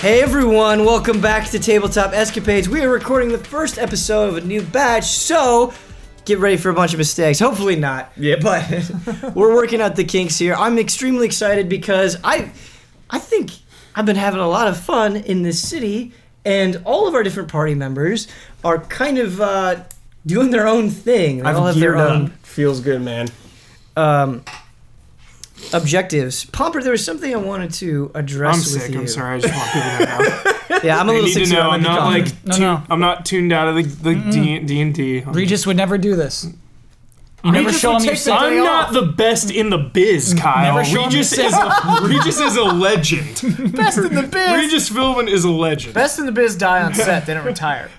Hey everyone, welcome back to Tabletop Escapades. We are recording the first episode of a new batch, so get ready for a bunch of mistakes. Hopefully not. Yep. But we're working out the kinks here. I'm extremely excited because I I think I've been having a lot of fun in this city and all of our different party members are kind of uh, doing their own thing. They all I've have their geared own up. Feels good, man. um, objectives. Pomper, there was something I wanted to address I'm with sick. you. I'm sorry. I just want people to know. Yeah, I'm a They little sick. need to so know. I'm I'm gonna be not coughing. like No, tu- no. I'm not tuned out of the the D and D. Regis would never do this. You never Regis show would him your take the- stuff. day I'm not off. the best in the biz, Kyle. never show him Regis your is a, Regis is a legend. Best in the biz. Regis Philbin is a legend. Best in the biz die on set. They don't retire.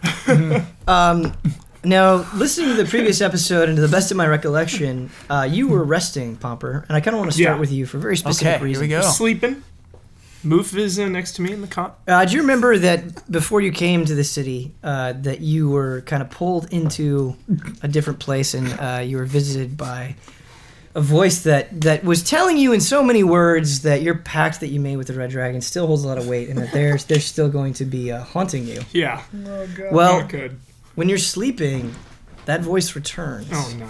Now, listening to the previous episode and to the best of my recollection, uh, you were resting, Pomper, and I kind of want to start Yeah. with you for a very specific Okay, here reason. we Oh. go. Sleeping. Moof is uh, next to me in the cot. Uh, do you remember that before you came to the city, uh, that you were kind of pulled into a different place and uh, you were visited by a voice that, that was telling you in so many words that your pact that you made with the Red Dragon still holds a lot of weight and that they're, they're still going to be uh, haunting you? Yeah. Well, Not good. when you're sleeping, that voice returns. Oh no.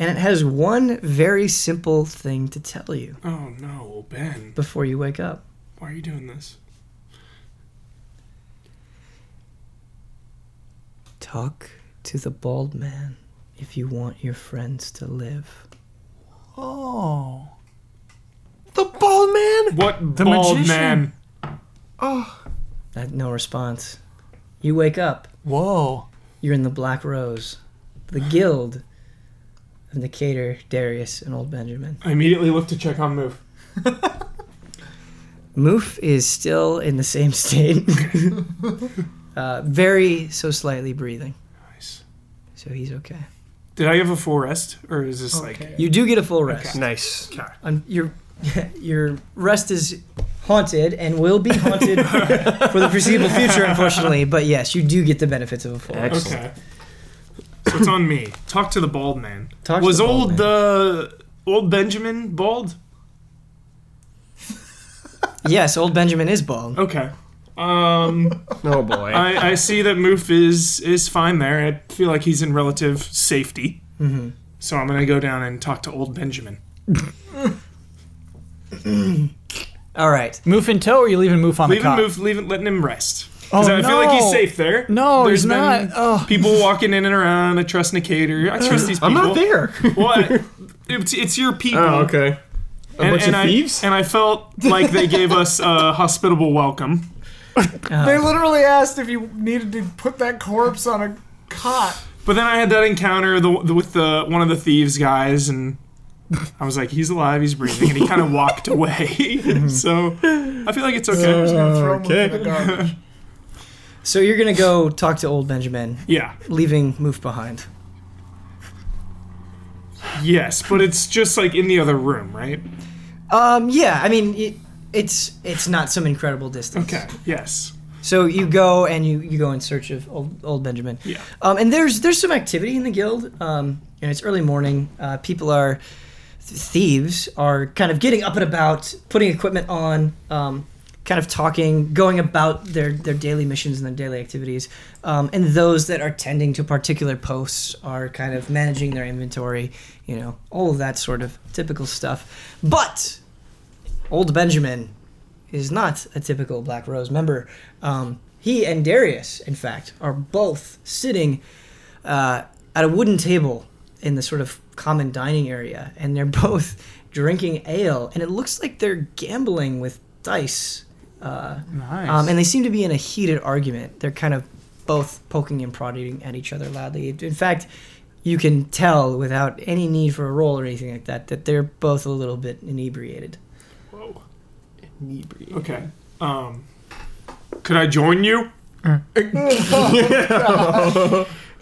And it has one very simple thing to tell you Oh no, Ben. before you wake up. Why are you doing this? Talk to the bald man if you want your friends to live. Oh. the bald man. What The bald magician. man? That, Uh, no response. You wake up. Whoa. You're in the Black Rose, the guild of Nicator, Darius, and Old Benjamin. I immediately look to check on Moof. Moof is still in the same state, uh, very so slightly breathing. Nice. So he's okay. Did I have a full rest, or is this like? You do get a full rest. Nice. Um, your your rest is haunted and will be haunted for the foreseeable future, unfortunately. But yes, you do get the benefits of a full. rest. Excellent. Okay. So it's on me. Talk to the bald man. Talk to Was the bald old man. the old Benjamin bald? Yes, old Benjamin is bald. Okay. Um, Oh boy. I, I see that Moof is is fine there. I feel like he's in relative safety. Mm-hmm. So I'm gonna go down and talk to old Benjamin. All right. Moof in tow or you leaving Moof on Leaving the cot? Moof, leaving, letting him rest. 'Cause Oh, I feel like he's no. safe there. No, There's he's been not. Oh. People walking in and around. I trust Nicator. I trust these people. I'm not there. What? It's, it's your people. Oh, okay. A bunch of I, thieves? And I felt like they gave us a hospitable welcome. They literally asked if you needed to put that corpse on a cot. But then I had that encounter the, the, with the one of the thieves guys, and I was like, "He's alive, he's breathing," and he kind of walked away. Mhm. so I feel like it's okay. Gonna throw him Okay. in the garbage. So you're gonna go talk to old Benjamin, Yeah. leaving Moof behind. Yes, but it's just like in the other room, right? Um. Yeah. I mean, it, it's it's not some incredible distance. Okay. Yes. So you go and you, you go in search of old, old Benjamin. Yeah. Um, and there's there's some activity in the guild. Um, and it's early morning. Uh, people are th- thieves are kind of getting up and about, putting equipment on, um, kind of talking, going about their their daily missions and their daily activities. Um, and those that are tending to particular posts are kind of managing their inventory. You know, all of that sort of typical stuff. But old Benjamin is not a typical Black Rose member. Um, he and Darius, in fact, are both sitting uh, at a wooden table in the sort of common dining area, and they're both drinking ale, and it looks like they're gambling with dice. Uh, Nice. um, and they seem to be in a heated argument. They're kind of both poking and prodding at each other loudly. In fact, you can tell without any need for a roll or anything like that that they're both a little bit inebriated. Whoa. Okay. Um, could I join you?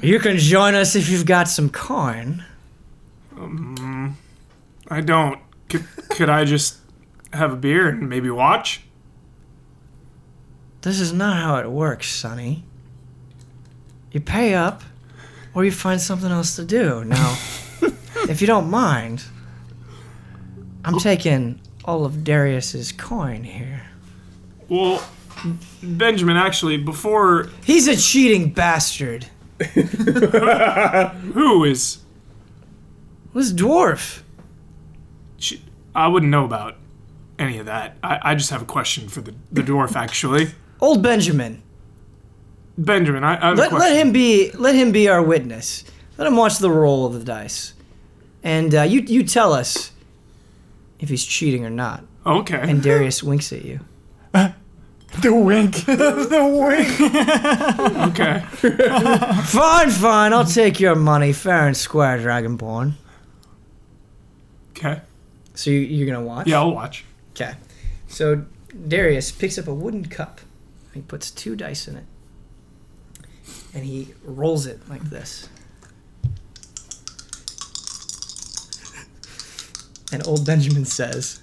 You can join us if you've got some corn. I don't. Could, could I just have a beer and maybe watch? This is not how it works, Sonny. You pay up, or you find something else to do. Now, if you don't mind, I'm taking all of Darius's coin here. Well, Benjamin, actually, before He's a cheating bastard. who is This dwarf. she, I wouldn't know about any of that. I, I just have a question for the, the dwarf, actually. Old Benjamin. Benjamin, I, I have a Let, question. let him be let him be our witness. Let him watch the roll of the dice. And uh, you you tell us if he's cheating or not. Okay. And Darius winks at you. The wink. okay. Fine, fine, I'll take your money, fair and square, Dragonborn. Okay. So you, you're gonna watch? Yeah, I'll watch. Okay. So Darius picks up a wooden cup. He puts two dice in it. And he rolls it like this. And old Benjamin says,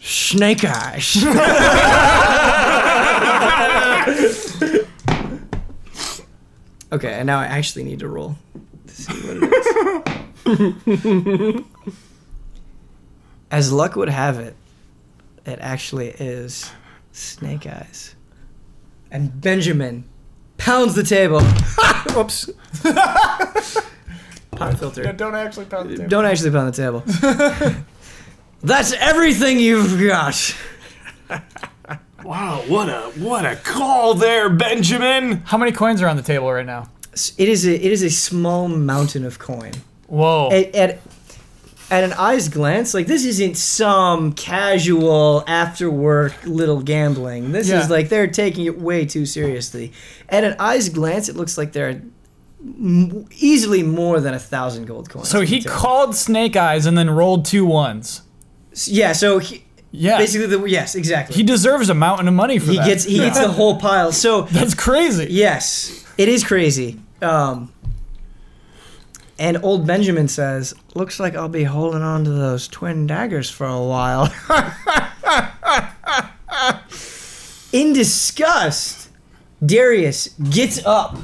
Snake eyes. okay, and now I actually need to roll to see what it is. As luck would have it, it actually is Snake Eyes. And Benjamin pounds the table. Whoops. Pop filter. Don't actually pound the table. Don't actually pound the table. That's everything you've got. Wow, what a what a call there, Benjamin. How many coins are on the table right now? It is a it is a small mountain of coin. Whoa. At, at at an eye's glance, like this isn't some casual after work little gambling. This Yeah. is like they're taking it way too seriously. At an eye's glance, it looks like there are m- easily more than a thousand gold coins. so on he the table. called Snake Eyes and then rolled two ones. yeah. So he, Yeah. basically, the, yes, exactly. he deserves a mountain of money for he that. gets he gets the whole pile. So That's crazy. Yes, it is crazy. Um, and old Benjamin says, "Looks like I'll be holding on to those twin daggers for a while." In disgust, Darius gets up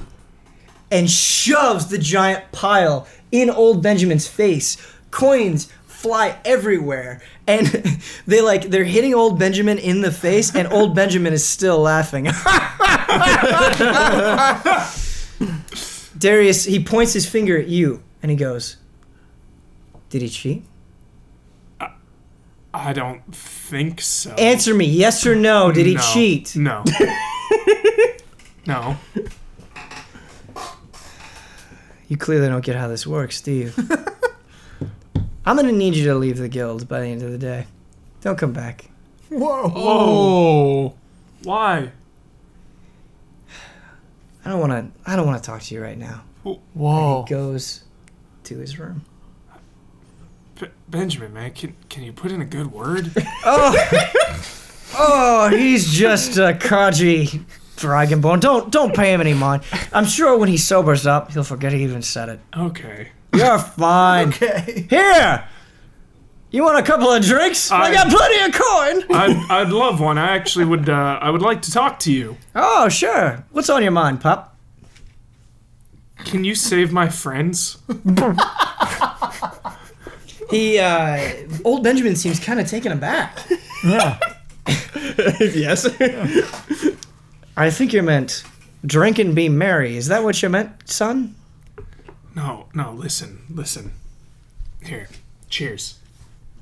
and shoves the giant pile in old Benjamin's face. Coins fly everywhere, and they like they're hitting old Benjamin in the face, and old Benjamin is still laughing. Darius, he points his finger at you and he goes, Did he cheat? I don't think so. Answer me, yes or no, did he No. cheat? No. no. You clearly don't get how this works, do you? I'm gonna need you to leave the guild by the end of the day. Don't come back. Whoa. Oh. Why? I don't wanna I don't wanna talk to you right now. Whoa. Goes to his room. B- Benjamin, man, can can you put in a good word? Oh, he's just a Kaji Dragonborn. Don't don't pay him any mind. I'm sure when he sobers up, he'll forget he even said it. Okay. You're fine. Okay. Here! You want a couple of drinks? I, I- got plenty of coin! I'd, I'd love one. I actually would. Uh, I would like to talk to you. Oh, sure. What's on your mind, pup? Can you save my friends? He, uh, old Benjamin seems kind of taken aback. Yeah. yes. I think you meant drink and be merry. Is that what you meant, son? No, no. Listen, listen. Here. Cheers.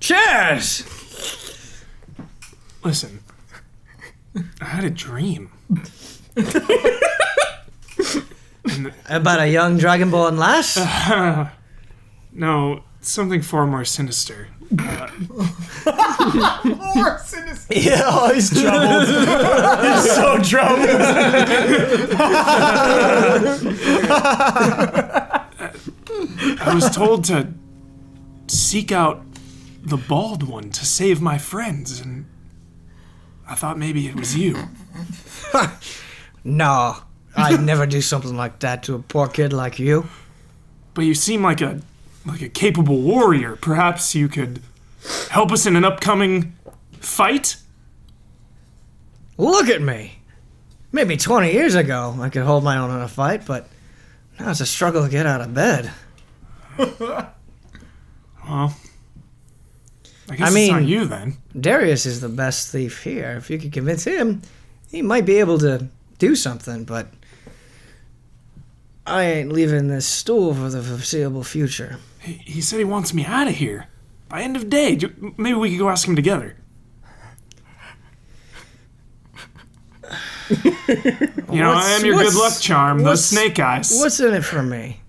Cheers! Listen. I had a dream. About a young dragonborn lass? No, something far more sinister. More sinister. Yeah, oh, he's troubled. he's so troubled. I was told to seek out the bald one to save my friends, and I thought maybe it was you. no, I'd never do something like that to a poor kid like you. But you seem like a like a capable warrior. Perhaps you could help us in an upcoming fight. Look at me! Maybe 20 years ago, I could hold my own in a fight, but now it's a struggle to get out of bed. Well, I guess I it's not mean- you then. Darius is the best thief here. If you could convince him, he might be able to do something, but I ain't leaving this stool for the foreseeable future. He, he said he wants me out of here by end of day. Ju- Maybe we could go ask him together. you know, I What's- am your good what's- luck charm, the what's- snake eyes. What's in it for me?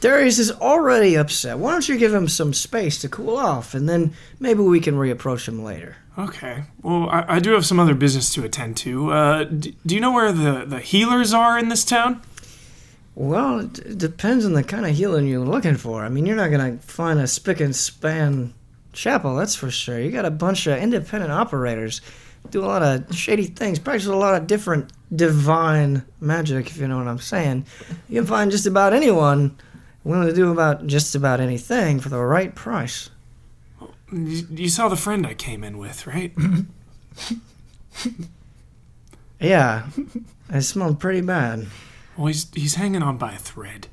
Darius is already upset. Why don't you give him some space to cool off, and then maybe we can reapproach him later? Okay. Well, I, I do have some other business to attend to. Uh, d- do you know where the, the healers are in this town? Well, it d- depends on the kind of healing you're looking for. I mean, you're not gonna find a spick and span chapel, that's for sure. You got a bunch of independent operators, do a lot of shady things, practice a lot of different divine magic, if you know what I'm saying. You can find just about anyone willing to do about just about anything for the right price. You, you saw the friend I came in with, right? Yeah, it smelled pretty bad. Well, he's, he's hanging on by a thread.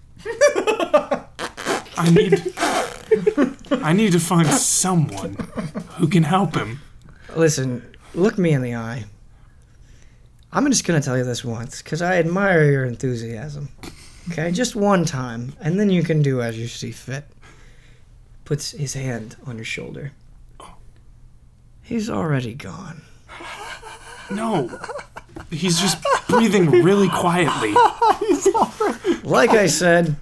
I need I need to find someone who can help him. Listen, look me in the eye. I'm just going to tell you this once because I admire your enthusiasm. Okay, just one time, and then you can do as you see fit. Puts his hand on your shoulder. He's already gone. No, he's just breathing really quietly. Like I said,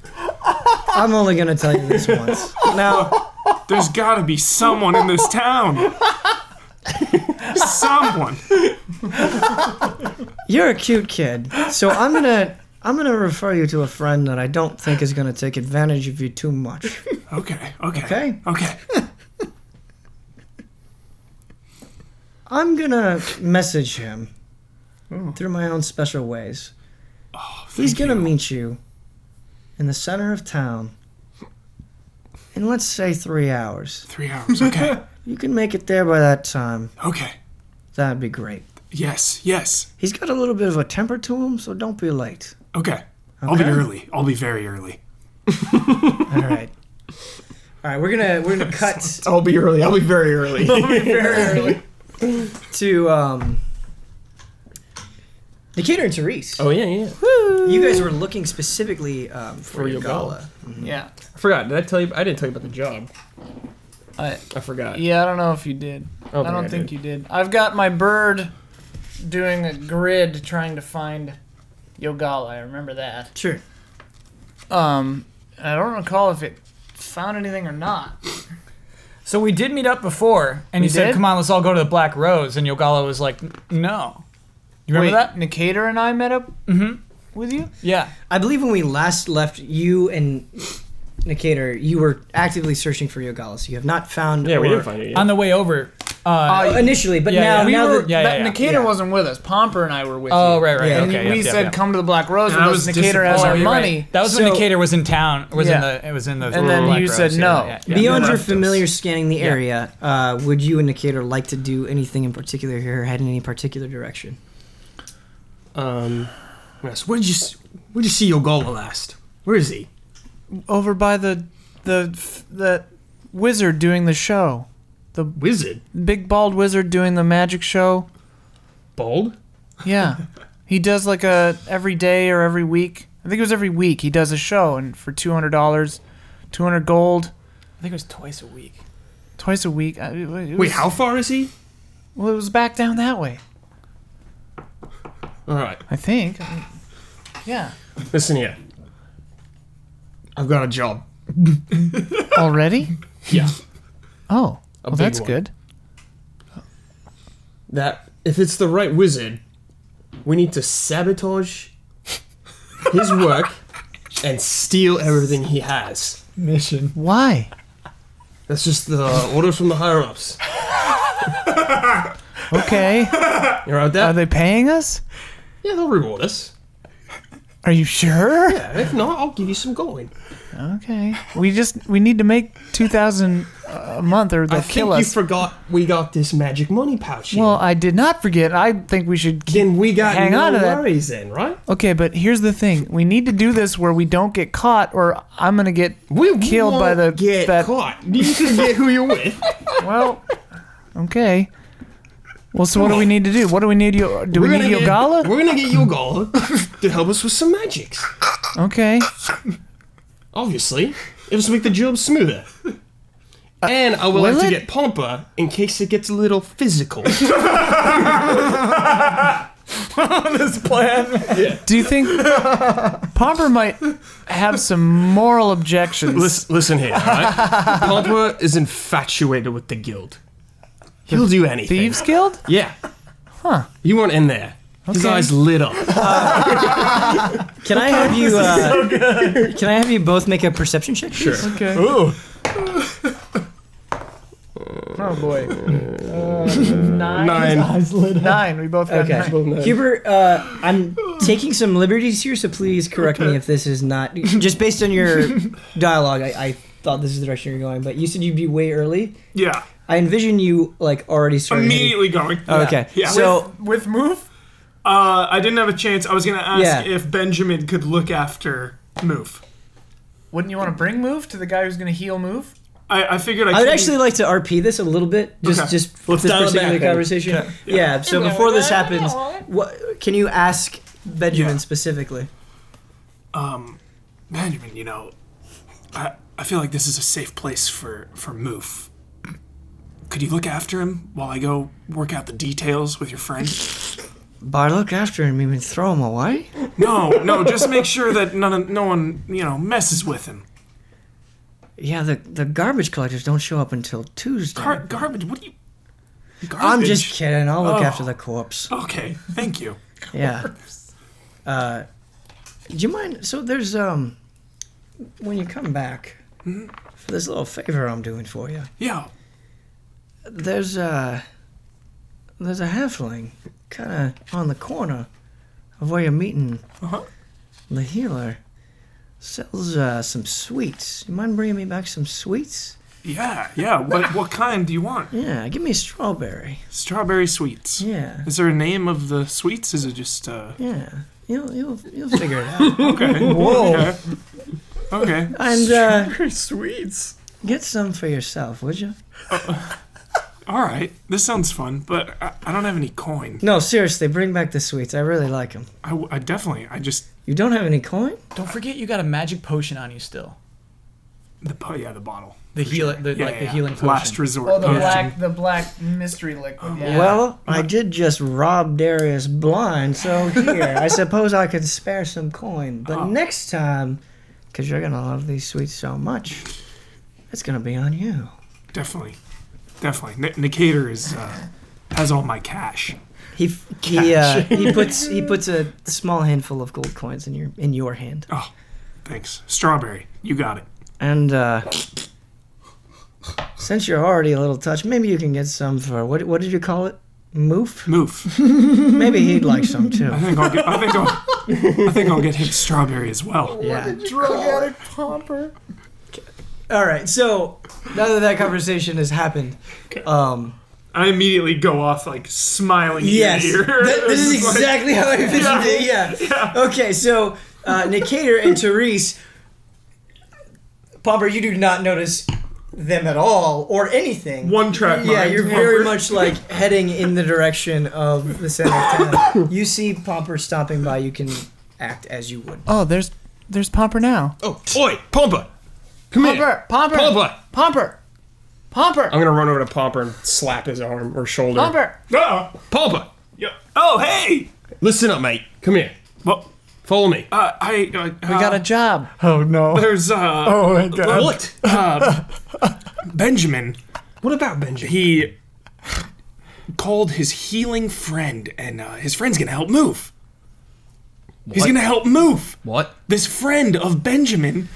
I'm only going to tell you this once. Now, There's got to be someone in this town. Someone. you're a cute kid, so I'm going to I'm going to refer you to a friend that I don't think is going to take advantage of you too much. Okay. Okay. Okay. Okay. I'm gonna message him through my own special ways. He's thank gonna you. meet Oh. you in the center of town in let's say three hours. Three hours. Okay. You can make it there by that time. Okay. That'd be great. Yes. Yes. He's got a little bit of a temper to him, so don't be late. Okay. I'll be Okay. early. I'll be very early. All right. All right, we're gonna we're gonna cut I'll be early. I'll be very early. to um, Decatur and Therese. oh yeah, yeah. You guys were looking specifically um, for, For your your gala. Yeah. I forgot. Did I tell you? I didn't tell you about the job. I, I forgot. yeah, I don't know if you did. I don't think you did. I've got my bird doing a grid trying to find Yogala. I remember that. Sure. Um, I don't recall if it found anything or not. So we did meet up before, and We you said, did? "Come on, let's all go to the Black Rose." And Yogala was like, "N- "No." You remember that? Nikator and I met up Mm-hmm. Mhm. with you? Yeah. I believe when we last left you and Nikator, you were actively searching for Yogalis. You have not found. Yeah, we or- didn't find it yet. On the way over. Uh, Uh, initially, but Yeah, now, yeah. we now were, that Yeah, that yeah, yeah. Nikator Yeah. wasn't with us. Pomper and I were with oh you. right, right. Yeah. okay. And we yep, said, yep, yep. "Come to the Black Rose And I with us." was Nikator has Oh, our you're right. money. That was So- when Nikator was in town. Was Yeah. in the. It was in the. And then Black you Rose, said yeah, no. yeah, yeah. beyond your left us. familiar scanning the area, uh, would you and Nikator like to do anything in particular here, or head in any particular direction? um, yes. Where did you s- Where did you see Yogala last? Where is he? over by the the the wizard doing the show, Wizard. big bald wizard doing the magic show. Bald. Yeah, he does like a every day or every week. I think it was every week he does a show, and for two hundred dollars, two hundred gold, I think it was twice a week. twice a week. I- it was- Wait, how far is he? Well, it was back down that way. All right. I think. Yeah. Listen here. I've got a job. Already? Yeah. Oh, A big well, that's one. good. That if it's the right wizard, we need to sabotage his work and steal everything he has. Mission. Why? That's just the order from the higher ups. Okay. You're out Are there? they paying us? yeah, they'll reward us. Are you sure? Yeah, if not, I'll give you some coin. Okay. We just we need to make two thousand uh, a month, or they'll I kill think you us. forgot we got this magic money pouch. here. well, I did not forget. I think we should. Keep- then we got hang no on to that. worries then, right? okay, but here's the thing: we need to do this where we don't get caught, or I'm gonna get We killed by the won't get that. caught. Do you forget who you're with? Well, okay. Well, so what do we need to do? What do we need? Yo- do we We're need gonna get- Yogala? We're gonna get Yogala to help us with some magics. Okay. Obviously, it'll just make the job smoother. And I would like Uh, will to it? get Pompa in case it gets a little physical. this plan. Do you think Pomper might have some moral objections? Listen, listen here, alright? Pompa is infatuated with the guild. He'll do anything. Thieves Guild? Yeah. Huh. You weren't in there. His Okay. eyes lit up. Can I have you? Uh, can I have you both make a perception check? Sure. Okay. Ooh. Oh boy. nine. Nine. Nine. We both got Okay. nine. Huber, uh, I'm taking some liberties here, so please correct me if this is not just based on your dialogue. I, I thought this is the direction you're going, but you said you'd be way early. Yeah. I envision you like already starting. Immediately going. heading- Okay. Yeah. So With move? Uh, I didn't have a chance. I was gonna ask Yeah. if Benjamin could look after Moof. Wouldn't you want to bring move to the guy who's going to heal move? I, I figured I. I would couldn't- actually like to RP this a little bit, just Okay. just for this dial it particular back, baby. conversation. Yeah. So before this happens, what can you ask Benjamin Yeah. specifically? um, Benjamin, you know, I, I feel like this is a safe place for for Moof. Could you look after him while I go work out the details with your friend? By look after him, you mean throw him away? No, no, just make sure that none of, no one you know messes with him. Yeah, the the garbage collectors don't show up until Tuesday. Gar- garbage. What do you? Garbage. I'm just kidding. I'll look Oh. after the corpse. Okay, thank you. Yeah. Uh, do you mind? So there's um, when you come back, Mm-hmm. for this little favor I'm doing for you, Yeah, there's uh, there's a halfling kind of on the corner of where you're meeting Uh-huh. the healer. Sells uh, some sweets. You mind bringing me back some sweets? yeah, yeah. What what kind do you want? Yeah, give me a strawberry. Strawberry sweets. Yeah, Is there a name of the sweets? Is it just uh? yeah. You'll you'll you'll figure it out. Okay. Whoa. Okay. okay. And uh, Sweets. get some for yourself, would you? All right. This sounds fun, but I, I don't have any coin. No, seriously, bring back the sweets. I really like them. I, w- I definitely. I just You don't have any coin? Don't forget you got a magic potion on you still. the po- yeah the bottle. The heal, the, Yeah, like yeah, the yeah. healing potion. Last resort. Oh, the potion. black, Oh, the black mystery liquid. Yeah. Well, I did just rob Darius blind, so here, I suppose I can spare some coin. But next time, because you're going to love these sweets so much, it's going to be on you. Definitely. Definitely. N- Nicator is uh, has all my cash. He f- he, uh, he puts he puts a small handful of gold coins in your in your hand, Thanks. Strawberry. You got it. and uh, since you're already a little touched, maybe you can get some for what what did you call it? Moof? Moof. Maybe he'd like some too. I think I'll get. I think I'll. I think I'll get him strawberry as well. Yeah. Drug addict pomper. All right. So now that that conversation has happened, um, I immediately go off like smiling yes, ear to ear. That- this is It's like- exactly how I envisioned it. Yeah. Okay. So uh, Nicator and Therese, Pomper, you do not notice them at all or anything. one track. yeah, mind. you're very much like heading in the direction of the center of town. You see Pomper stopping by. You can act as you would. Oh, there's there's pomper now. Oh, oi, Pompa. Come here. Pomper, pomper, Pompa. pomper, pomper, I'm gonna run over to Pomper and slap his arm or shoulder. pomper. Uh-oh. Pompa, Ah! Yeah. Oh hey. listen up, mate. Come here. Well, Follow me. uh, I. Uh, we Got a job. Oh no. There's uh. Oh my god. what? Benjamin, What about Benji? he called his healing friend, and uh, his friend's gonna help move. He's What? gonna help move. What? This friend of Benjamin,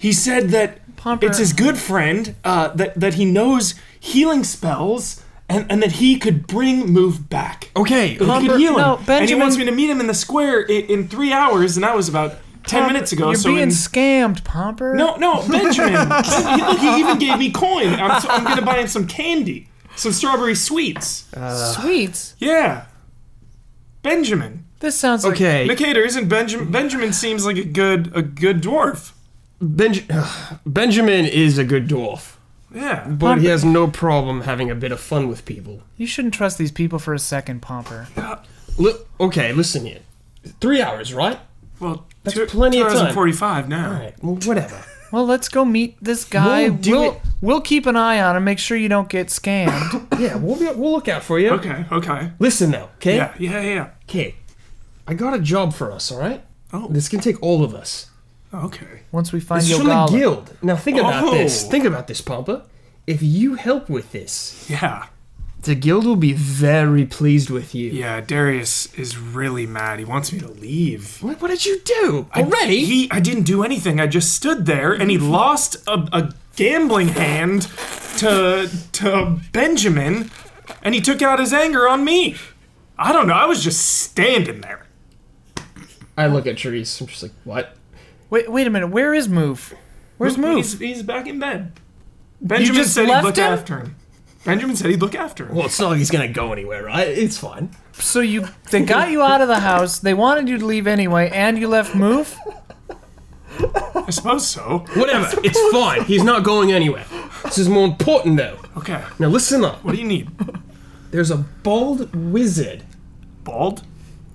he said that Pomper. it's his good friend uh, that that he knows healing spells, and, and that he could bring move back. Okay. He could heal him, Oh, no, and he Benjamin- wants me to meet him in the square in, in three hours. And I was about, ten Pomper. minutes ago. You're so being in- scammed, Pomper. no, no, Benjamin. Ben- he- look, he even gave me coin. I'm, so, I'm gonna buy him some candy, some strawberry sweets. sweets. Uh, Yeah, Benjamin. This sounds like Okay, Nicator isn't Benjamin. Benjamin seems like a good a good dwarf. Benj- Benjamin is a good dwarf, Yeah. but he has no problem having a bit of fun with people. you shouldn't trust these people for a second, Pomper. Li- okay, listen here. Three hours, right? Well, That's plenty of time. 2045 now. All right. Well, whatever. Well, let's go meet this guy. We'll do we'll, it. we'll keep an eye on him, make sure you don't get scammed. Yeah, we'll be, we'll look out for you. Okay. Okay. Listen now, okay? Yeah. Yeah. Yeah. Okay. I got a job for us, all right? Oh. This can take all of us. Okay. Once we find It's your from Yogala. the guild. Now think about Oh. this. Think about this, Pompa. If you help with this, Yeah. the guild will be very pleased with you. Yeah. Darius is really mad. He wants me to leave. What, what did you do I, already? he. I didn't do anything. I just stood there, and he lost a, a gambling hand to to Benjamin, and he took out his anger on me. I don't know. I was just standing there. I look at Therese. I'm just like, what? Wait, wait a minute. Where is Move? Where's Move? He's, he's back in bed. Benjamin just said he'd left look him? after him. Benjamin said he'd look after him. Well, it's not like he's gonna go anywhere, right? It's fine. So you they got you out of the house. They wanted you to leave anyway, and you left Move. I suppose so. Whatever. it's fine. He's not going anywhere. This is more important though. Okay. Now listen up. What do you need? There's a bald wizard. Bald?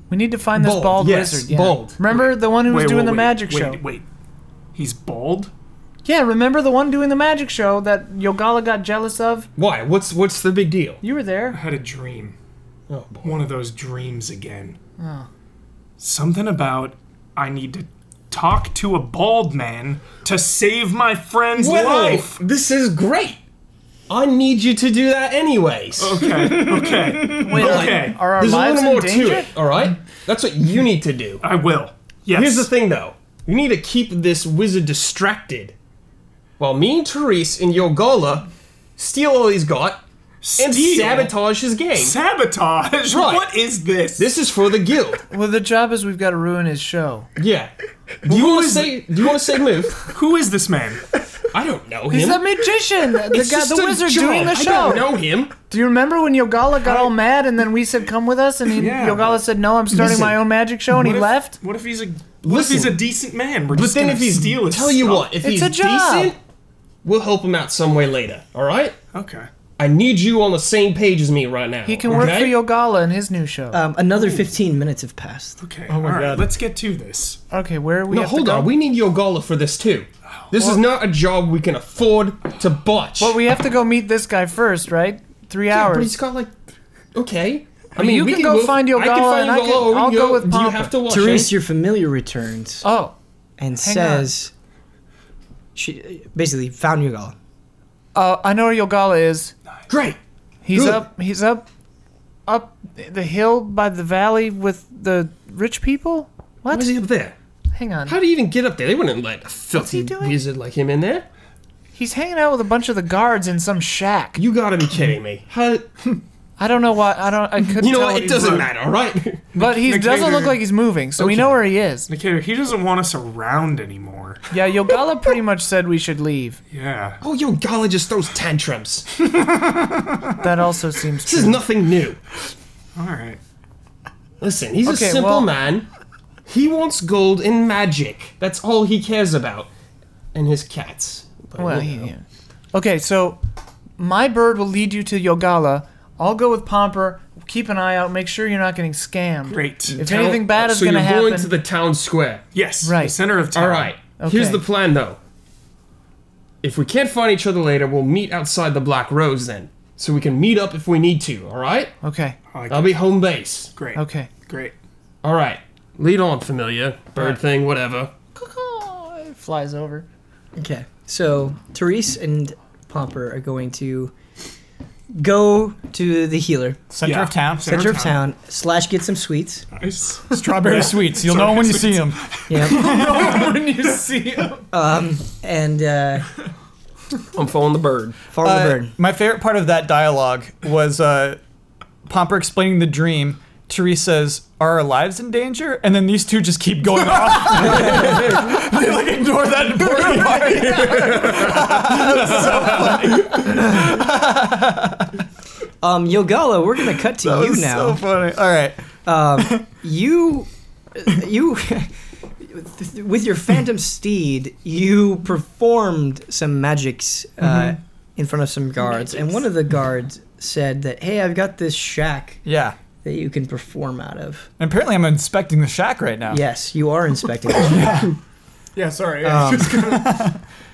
We need to find this Bald, bald, yes, wizard. Yeah. bald. Remember the one who was Wait, doing wait, the wait, magic wait, show? Wait, he's bald. Yeah, remember the one doing the magic show that Yogala got jealous of? Why? What's what's the big deal? You were I there. had a dream. Oh boy. One of those dreams again. Oh. Something about I need to talk to a bald man to save my friend's life. This is great. I need you to do that anyways. Okay, okay, Wait, okay. Are, are Uh, our There's a lives little more in danger? to it, all right? That's what you need to do. I will. Yes. Here's the thing, though. You need to keep this wizard distracted. While me and Therese and Yogala steal all he's got and Steal. sabotage his game. Sabotage. Right. What is this? this is for the guild. Well, the job is we've got to ruin his show. Yeah. Do you want to say? Do you want to say move? Who is this man? I don't know him. He's the magician, the, It's guy, just the a wizard job. doing the I show. don't know him. Do you remember when Yogala got all mad and then we said, "Come with us," and he, Yeah, Yogala said, "No, I'm starting Listen, my own magic show," and he What if- left? What if he's a? What Listen. if he's a decent man? We're But just then gonna if he's steal his tell you stuff. what, if It's he's a job. decent, we'll help him out some way later. All right. Okay. I need you on the same page as me right now. He can work for Yogala in his new show. Um, another 15 minutes have passed. Okay. Oh my God. Let's get to this. okay, where are we? No, have to hold go? on. We need Yogala for this too. This is not a job we can afford to botch. But we have to go meet this guy first, right? Three Yeah, hours. but he's got like. Okay. I you we can go both- find I can Yogala find and I Yogala, can- or we I'll go with Do you Pompa. have to watch Therese, it? your familiar returns oh, and hang says she basically found Yugala. uh, I know where Yogala is. Great. He's Good. up. He's up, up the hill by the valley with the rich people. What? Why is he up there? Hang on. How do you even get up there? They wouldn't let a filthy doing? wizard like him in there. He's hanging out with a bunch of the guards in some shack. You gotta be kidding me. How, I don't know why. I don't. I couldn't. you know tell what? It he's doesn't doing. matter, all right? But he Nick doesn't look Hager. like he's moving, so we know where he is. Nicator, he doesn't want us around anymore. Yeah, Yogala pretty much said we should leave. Yeah. Oh, Yogala just throws tantrums. That also seems This is true. nothing new. All right. Listen, he's Okay, a simple well- man. He wants gold and magic. That's all he cares about. And his cats. But, Well, you he- know. yeah. Okay, so my bird will lead you to Yogala. I'll go with Pomper. Keep an eye out. Make sure you're not getting scammed. Great. If anything bad is so going to you're happen, going to the town square. yes. The Right. center of town. All right. Here's Okay. the plan, though. If we can't find each other later, we'll meet outside the Black Rose then, so we can meet up if we need to. All right? okay, I'll be home base. Great. okay. Great. All right. Lead on, familiar bird Right. thing, whatever. It flies over. Okay. So Therese and Pomper are going to go to the healer, Center Yeah. of town. Center- center of town, slash get some sweets. Nice. Strawberry sweets. You'll know when you see them. Yeah. when you see him. and uh, I'm following the bird. follow the bird. my favorite part of that dialogue was uh, Pomper uh, explaining the dream Therese says, "Are our lives in danger?" And then these two just keep going off. they like ignore that important part. Um, Yogala, we're gonna cut to you now. So funny. All right. you you with your phantom steed you performed some magics uh, in front of some guards and one of the guards said that hey i've got this shack Yeah. that you can perform out of And apparently, I'm inspecting the shack right now. yes you are inspecting it. Yeah, sorry. Um,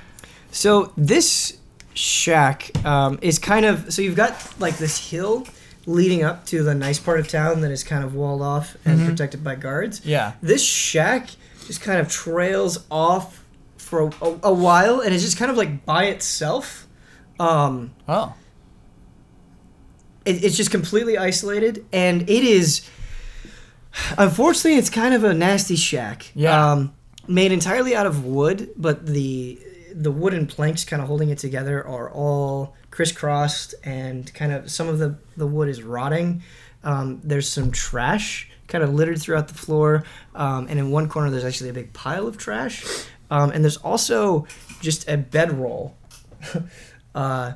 so this shack um, is kind of so you've got like this hill leading up to the nice part of town that is kind of walled off and protected by guards Yeah. this shack just kind of trails off for a, a, a while and it's just kind of like by itself um Oh. it, it's just completely isolated and it is unfortunately it's kind of a nasty shack Yeah. um made entirely out of wood but the the wooden planks kind of holding it together are all crisscrossed and kind of some of the the wood is rotting um there's some trash kind of littered throughout the floor um and in one corner there's actually a big pile of trash um and there's also just a bedroll uh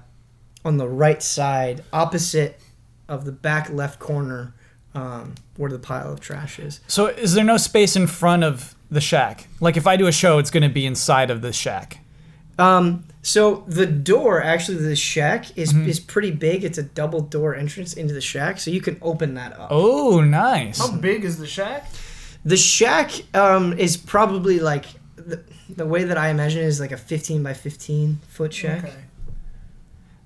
on the right side, opposite of the back left corner, um, where the pile of trash is. So is there no space in front of the shack? Like if I do a show, it's going to be inside of the shack. Um, so the door, actually, the shack is Mm-hmm. is pretty big. It's a double door entrance into the shack, so you can open that up. Oh, nice. How big is the shack? The shack um, is probably like the, the way that I imagine it is like a fifteen by fifteen foot shack. Okay.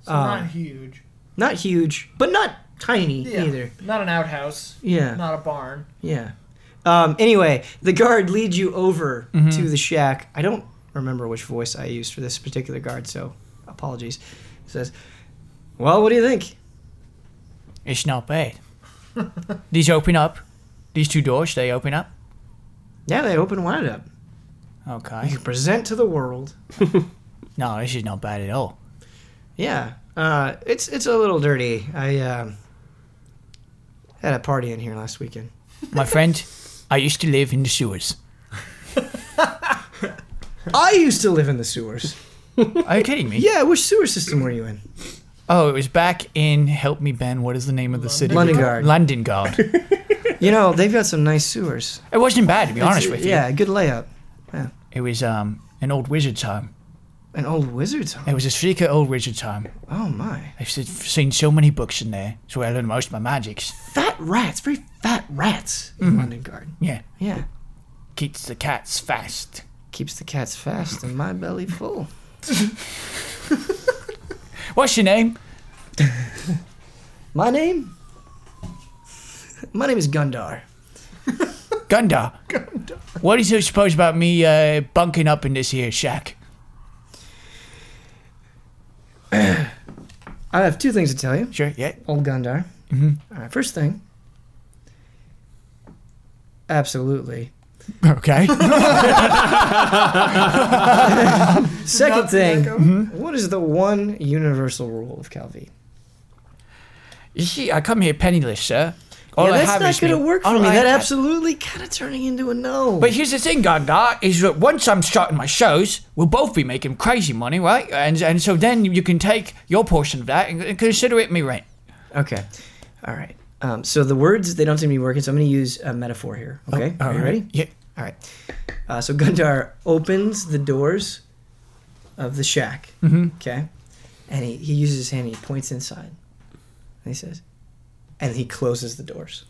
So Uh, Um, not huge. Not huge, but not tiny Yeah. either. Not an outhouse. Yeah. Not a barn. Yeah. Um, anyway, the guard leads you over Mm-hmm. to the shack. I don't remember which voice I used for this particular guard, so apologies. says, "Well, what do you think?" It's not bad. These open up. These two doors, they open up. Yeah, they open wide up. Okay. You present to the world. No, this is not bad at all. Yeah. Uh, it's it's a little dirty. I um, had a party in here last weekend. My friend, I used to live in the sewers. I used to live in the sewers. Are you kidding me? Yeah, which sewer system were you in? Oh, it was back in help me Ben. What is the name of the city? Londongarde. Londongarde. You know, they've got some nice sewers. it wasn't bad to be honest with you. yeah, good layup. It was um an old wizard's home. An old wizard's home. It was a secret old wizard's home. Oh my. I've se- seen so many books in there. It's where I learned most of my magics. fat rats, very fat rats in London Garden. Mm-hmm. Yeah, Yeah. keeps the cats fast. Keeps the cats fast and my belly full. What's your name? My name? My name is Gundar. Gundar. Gundar. What do you suppose about me uh, bunking up in this here shack? I have two things to tell you, Sure. Yeah. old Gundar. Mm-hmm. All right, first thing. Absolutely. Okay. Second thing, Mm-hmm. what is the one universal rule of Calvi? you see, I come here penniless, sir. All yeah, I that's have not is going to me- work for all me. I That have- absolutely kind of turning into a no. But here's the thing, Gundar, is that once I'm starting my shows, we'll both be making crazy money, right? And and so then you can take your portion of that and, and consider it me rent. Okay. All right. Um, so the words, they don't seem to be working, so I'm going to use a metaphor here. Oh, Okay? Are you ready? Yeah. All right. Uh, so Gundar opens the doors of the shack. Mm-hmm. Okay. And he, he uses his hand and he points inside. And he says, and he closes the doors.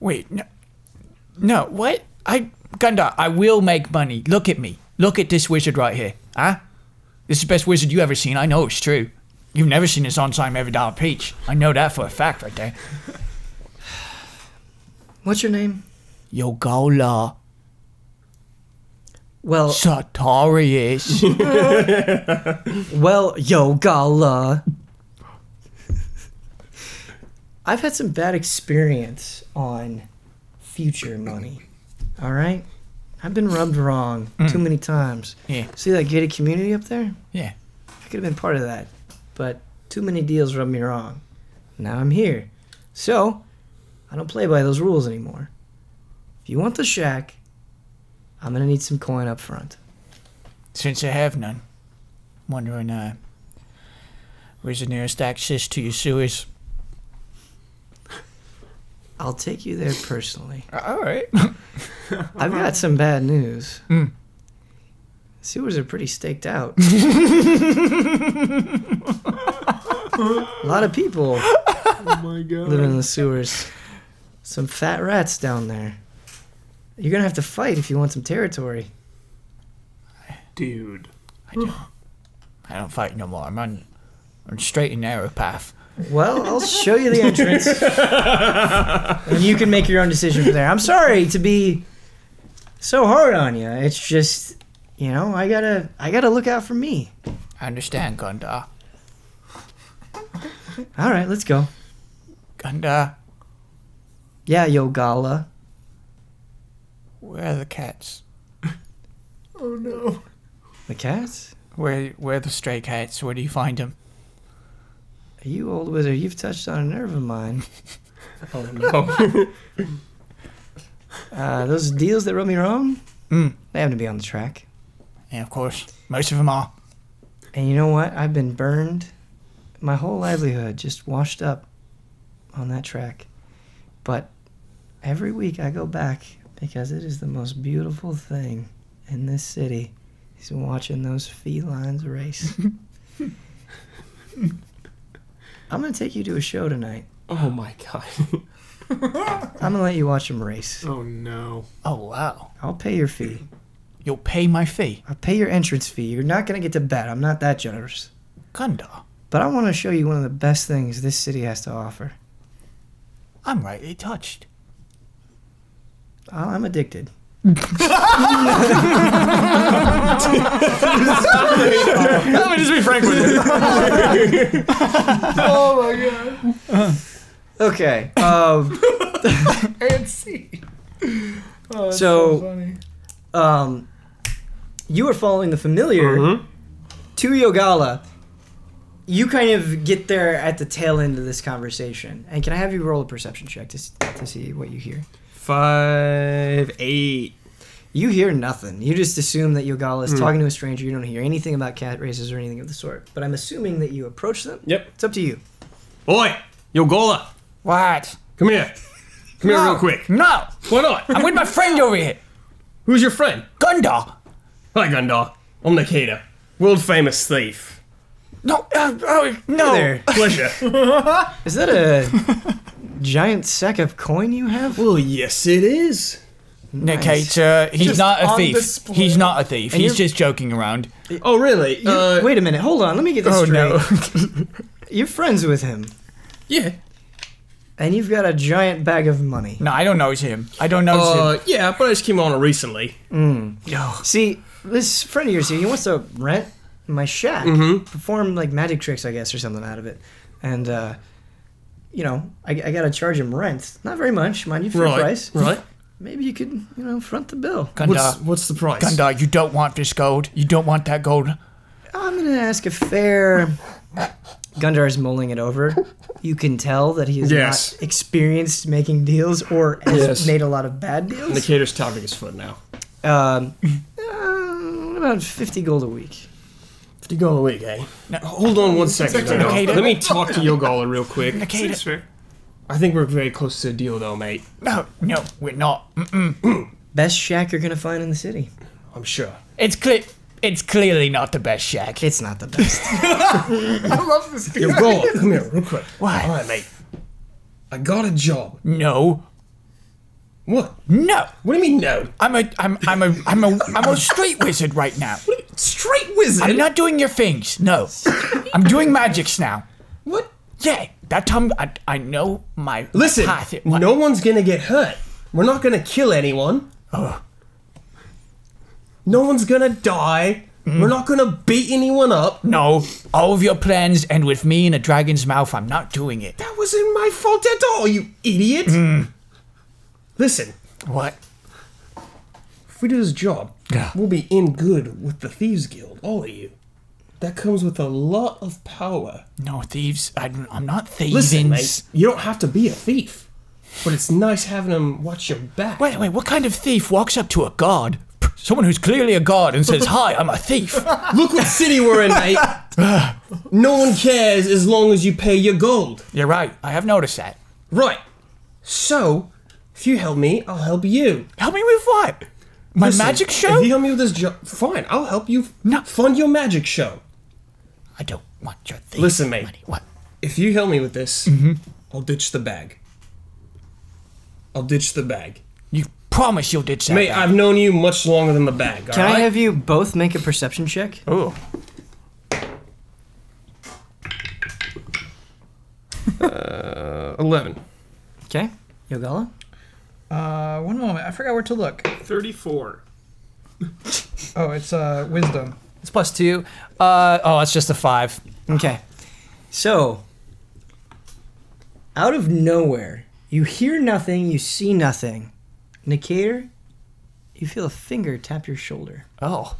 Wait, no, no, what? I, Gundar, I will make money. Look at me. Look at this wizard right here. Huh? This is the best wizard you ever seen. I know it's true. You've never seen this on time every dollar peach. I know that for a fact right there. What's your name? Yogola Well, Sartorius. well, Yogala. I've had some bad experience on future money. All right? I've been rubbed wrong too many times. Mm. yeah, See that gated community up there? yeah. I could have been part of that, but too many deals rubbed me wrong. Now I'm here, So, I don't play by those rules anymore. If you want the shack, I'm gonna need some coin up front. Since I have none, I'm wondering uh, where's the nearest access to your sewers? I'll take you there personally. Uh, All right. I've got some bad news. Sewers are pretty staked out. A lot of people Oh my god. living in the sewers. Some fat rats down there. You're gonna have to fight if you want some territory. Dude. I don't fight no more. I'm on, I'm straight and narrow path. Well, I'll show you the entrance, and you can make your own decision from there. I'm sorry to be so hard on you. It's just, you know, I gotta, I gotta look out for me. I understand, Gundar. All right, let's go. Gundar, Yeah, Yogala. where are the cats? The cats? Where where are the stray cats? Where do you find them? You old wizard, you've touched on a nerve of mine. Oh no. Uh, those deals that rub me wrong, Mm. they happen to be on the track. Yeah, of course. Most of them are. And you know what? I've been burned. My whole livelihood just washed up on that track. But every week I go back because it is the most beautiful thing in this city. Is watching those felines race. I'm going to take you to a show tonight. oh my god. I'm going to let you watch them race. Oh no. Oh wow. I'll pay your fee. You'll pay my fee, I'll pay your entrance fee. You're not going to get to bet. I'm not that generous. Gundar. But I want to show you one of the best things this city has to offer. I'm rightly touched. I- I'm addicted. Let me just be frank with you. Okay. Um, And see. Oh, that's So- so, funny. um, you are following the familiar Mhm. to Yogala. You kind of get there at the tail end of this conversation. And can I have you roll a perception check to, s- to see what you hear? Five eight. You hear nothing. You just assume that Yogala is Mm. talking to a stranger. You don't hear anything about cat races or anything of the sort. But I'm assuming that you approach them. Yep. It's up to you. Oi! Yo Gola! What? Come here. Come here real quick. No, Why not? I'm with my friend over here, Who's your friend? Gundar. Hi Gundar. I'm Nikita. World famous thief. No, uh, oh, no. Hey there. Pleasure. Is that a giant sack of coin you have? well Oh, yes it is. Nikita, uh, he's Just not a on thief. display. He's not a thief. he's you're- just joking around. Oh really? uh, Wait a minute. Hold on. Let me get this Oh straight. no. You're friends with him, yeah. and you've got a giant bag of money. no, I don't know him. I don't know him. Uh, yeah, but I just came on it recently. See, this friend of yours here, he wants to rent my shack, Mm-hmm. perform like magic tricks, I guess, or something out of it. And, uh, you know, I, I gotta charge him rent. Not very much, mind you, for Right. a price. Right. Maybe you could, you know, front the bill. What's Gundar, what's the price? Gundar, you don't want this gold. You don't want that gold. I'm gonna ask a fair. Gundar is mulling it over. You can tell that he is Yes. not experienced making deals or has Yes. made a lot of bad deals. Nikita's tapping his foot now. Um, uh, about 50 gold a week. Fifty gold a week, eh? hold on one second. Gundar. Nikita. Let me talk to Yogola real quick. Nikita, I think we're very close to a deal, though, mate. no, no, we're not. Mm, Best shack you're gonna find in the city. I'm sure. It's clear. It's clearly not the best shack. It's not the best. I love this guy. Yogola, come here real quick. Why? All right, mate. I got a job. No, What? no. What do you mean no? I'm a, I'm, I'm a, I'm a, I'm a street wizard right now. Straight wizard. I'm not doing your things. No, I'm doing magics now. What? Yeah, that time I, I know my Listen, Path. It- no one's gonna get hurt. We're not gonna kill anyone. Oh. No one's gonna die. Mm. We're not gonna beat anyone up. no, all of your plans end with me in a dragon's mouth. I'm not doing it. That wasn't my fault at all, you idiot. Mm. Listen, What? if we do this job, Yeah. we'll be in good with the Thieves Guild, all of you. That comes with a lot of power. No thieves. I, am not thieving. Listen, mate, you don't have to be a thief, but it's nice having them watch your back. Wait, wait. What kind of thief walks up to a guard, someone who's clearly a guard, and says, "Hi, I'm a thief." Look what city we're in, mate. no one cares as long as you pay your gold. You're right. I have noticed that. Right. So, if you help me, I'll help you. Help me with what? My Listen, magic show? If you help me with this job, fine. I'll help you No. fund your magic show. I don't want your thief. Listen, mate. money. What? If you help me with this, I'll ditch the bag. I'll ditch the bag. You promise you'll ditch that. Mate, bag. I've known you much longer than the bag. Can I alright? have you both make a perception check? Ooh. Eleven. Okay. Yogala? Uh, one moment. I forgot where to look. 34. Oh, it's uh wisdom. It's plus two. Uh, oh, it's just a five. Okay. So, out of nowhere, you hear nothing, you see nothing. Nikator, you feel a finger tap your shoulder. Oh,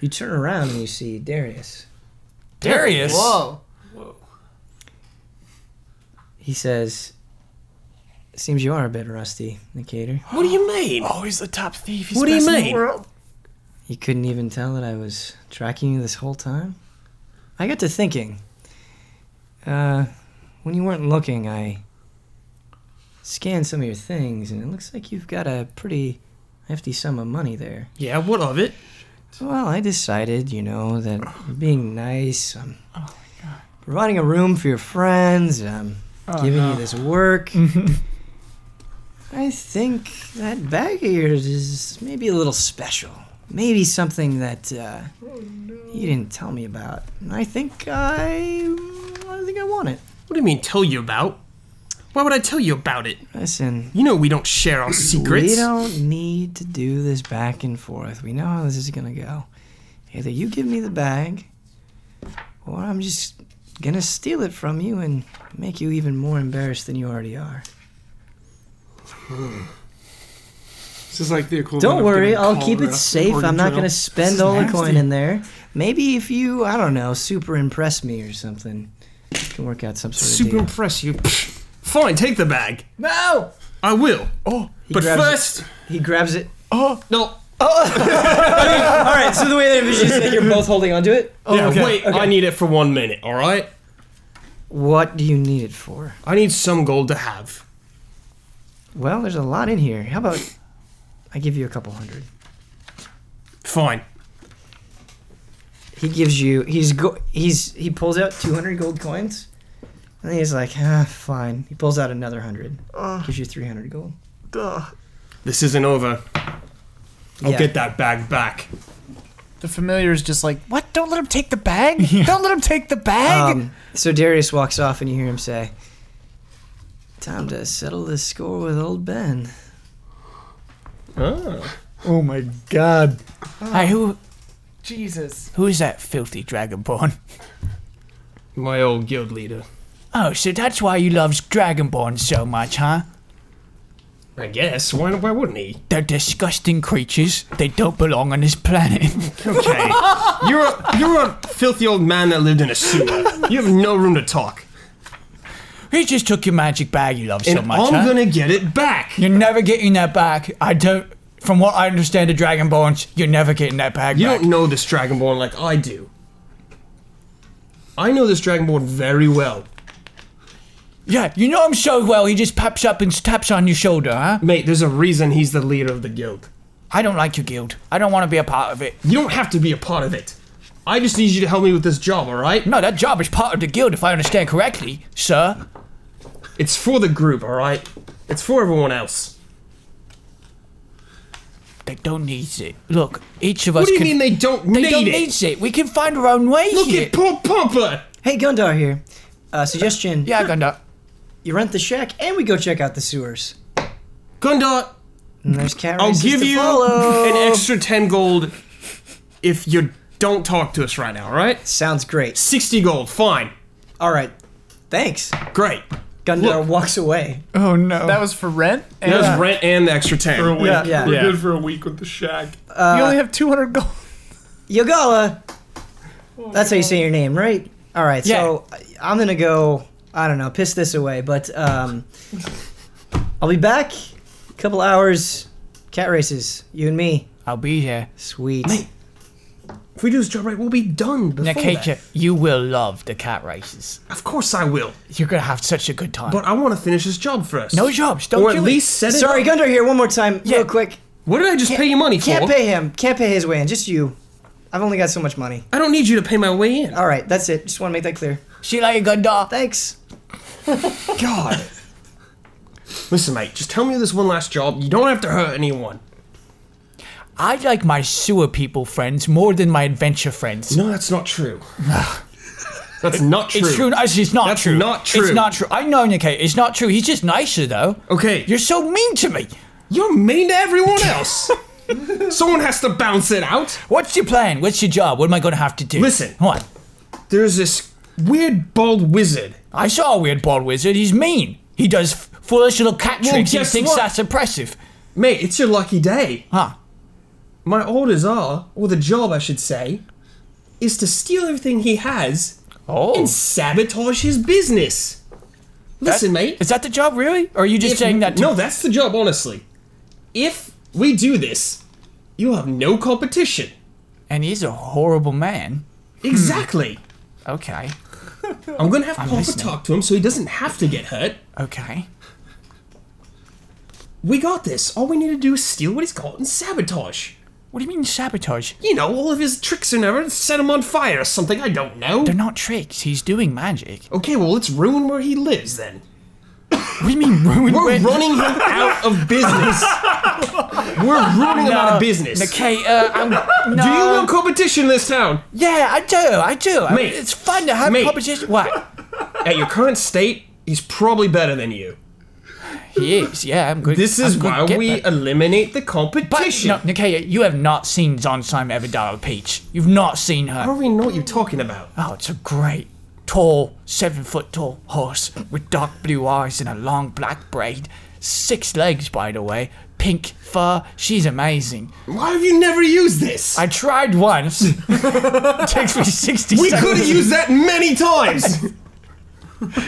You turn around and you see Darius. Darius. Whoa. He says, Seems you are a bit rusty, Nikator. What do you mean? Oh, he's the top thief. He's what do you mean? You couldn't even tell that I was tracking you this whole time? I got to thinking. Uh, when you weren't looking, I scanned some of your things, and it looks like you've got a pretty hefty sum of money there. Yeah, what of it? Well, I decided, you know, that being nice, um, Oh, providing a room for your friends, um, Oh, giving you this work. I think that bag of yours is maybe a little special. Maybe something that uh, you didn't tell me about. And I think I, I think I want it. What do you mean tell you about? Why would I tell you about it? Listen, You know we don't share our secrets. we don't need to do this back and forth. We know how this is gonna go. Either you give me the bag, or I'm just gonna steal it from you and make you even more embarrassed than you already are. This is like the equivalent. Don't of worry, getting I'll keep cholera it safe. organ I'm not drill. gonna spend is all the nasty. coin in there. Maybe if you, I don't know, super impress me or something, we can work out some sort Oh, Super of deal. impress you. Fine, take the bag. No! I will. Oh, but grabs it. first, He grabs it. no. All right, so the way that it was just that you're both holding onto it. yeah, wait. I need it for one minute. All right. What do you need it for? I need some gold to have. Well, there's a lot in here. How about I give you a couple hundred? Fine. He gives you. He's go. He's he pulls out two hundred gold coins, and then he's like, ah, fine. He pulls out another hundred. gives you three hundred gold. This isn't over. I'll Yeah. get that bag back. The familiar is just like, what? Don't let him take the bag? Don't let him take the bag? Um, so Darius walks off, and you hear him say, "Time to settle this score with old Ben." Oh my god. Uh, Hey, who Jesus. who is that filthy dragonborn? My old guild leader. Oh, so that's why you loves dragonborn so much, huh? I guess. Why, why wouldn't he? They're disgusting creatures. They don't belong on this planet. Okay. you're, a, you're a filthy old man that lived in a sewer. You have no room to talk. He just took your magic bag you love And so much, I'm huh? gonna get it back. You're never getting that back. I don't. From what I understand of dragonborns, you're never getting that bag You back. don't know this Dragonborn like I do. I know this Dragonborn very well. Yeah, you know him so well. He just pops up and taps on your shoulder, huh? Mate, there's a reason he's the leader of the guild. I don't like your guild. I don't want to be a part of it. You don't have to be a part of it. I just need you to help me with this job, alright? No, that job is part of the guild, if I understand correctly, sir. It's for the group, alright? It's for everyone else. They don't need it. Look, each of us. What do you can, mean they don't They need don't it? need it. We can find our own way Look here. at poor Pomper! Hey, Gundar here. Uh, suggestion: yeah, Gunda. you rent the shack, and we go check out the sewers. Gundar, And there's cat I'll races give to you follow. an extra 10 gold if you don't talk to us right now, alright? Sounds great. 60 gold, fine. All right, thanks. Great. Gundar walks away. Oh no. That was for rent? And That was rent and the extra 10. For a week. yeah. We're Yeah. good for a week with the shack. you only have 200 gold. Yogala. That's how you say your name, right? All right. So I'm gonna go. I don't know. Piss this away, but um, I'll be back. A couple hours. Cat races. You and me. I'll be here. Sweet. If we do this job right, we'll be done before Nakacha, that. you will love the cat races. Of course I will. You're gonna have such a good time. But I want to finish this job first. no jobs, don't Or do at it. least set it Sorry, up. Gundar here. One more time, real quick. What did I just pay you money for? Can't pay him. Can't pay his way in. Just you. I've only got so much money. I don't need you to pay my way in. All right. That's it. Just want to make that clear. See you later, Gundar. Thanks. God. Listen, mate, just tell me this one last job. You don't have to hurt anyone. I like my sewer people friends more than my adventure friends. No, that's not true. that's not true. It's true. It's just not That's true. not true. It's not true. I know, Nikkei. It's not true. He's just nicer, though. Okay. You're so mean to me. You're mean to everyone else. Someone has to bounce it out. What's your plan? What's your job? What am I going to have to do? Listen. What? There's this weird bald wizard. I saw a weird bald wizard. He's mean. He does f- foolish little cat Well, tricks. He guess thinks what? that's oppressive. Mate, it's your lucky day. Huh. My orders are, or the job I should say, is to steal everything he has Oh. and sabotage his business. Listen, mate. Is that the job, really? Or are you just if- saying that to no, that's the job, honestly. If we do this, you'll have no competition. And he's a horrible man. Exactly. Okay. I'm gonna have Papa listening. talk to him so he doesn't have to get hurt. Okay. We got this. All we need to do is steal what he's got and sabotage. What do you mean sabotage? You know, all of his tricks and everything, set him on fire or something, I don't know. They're not tricks. He's doing magic. Okay, well, let's ruin where he lives then. What do you mean ruin? We're where- running him out of business. We're ruining him out of business. Okay, uh, I'm, no. Do you uh, want competition in this town? Yeah, I do. I do. I- Mate. it's fun to have Mate. competition. What? At your current state, he's probably better than you. He is. Yeah, I'm good. This is I'm good why get we that. eliminate the But competition. no, Nikaya, you have not seen John Simon Everdale Peach. You've not seen I her. don't even know what you're talking about. Oh, it's a great, tall, seven foot tall horse with dark blue eyes and a long black braid. Six legs, by the way. Pink fur. She's amazing. Why have you never used this? I tried once. it takes me 60 we seconds. could have used that many times.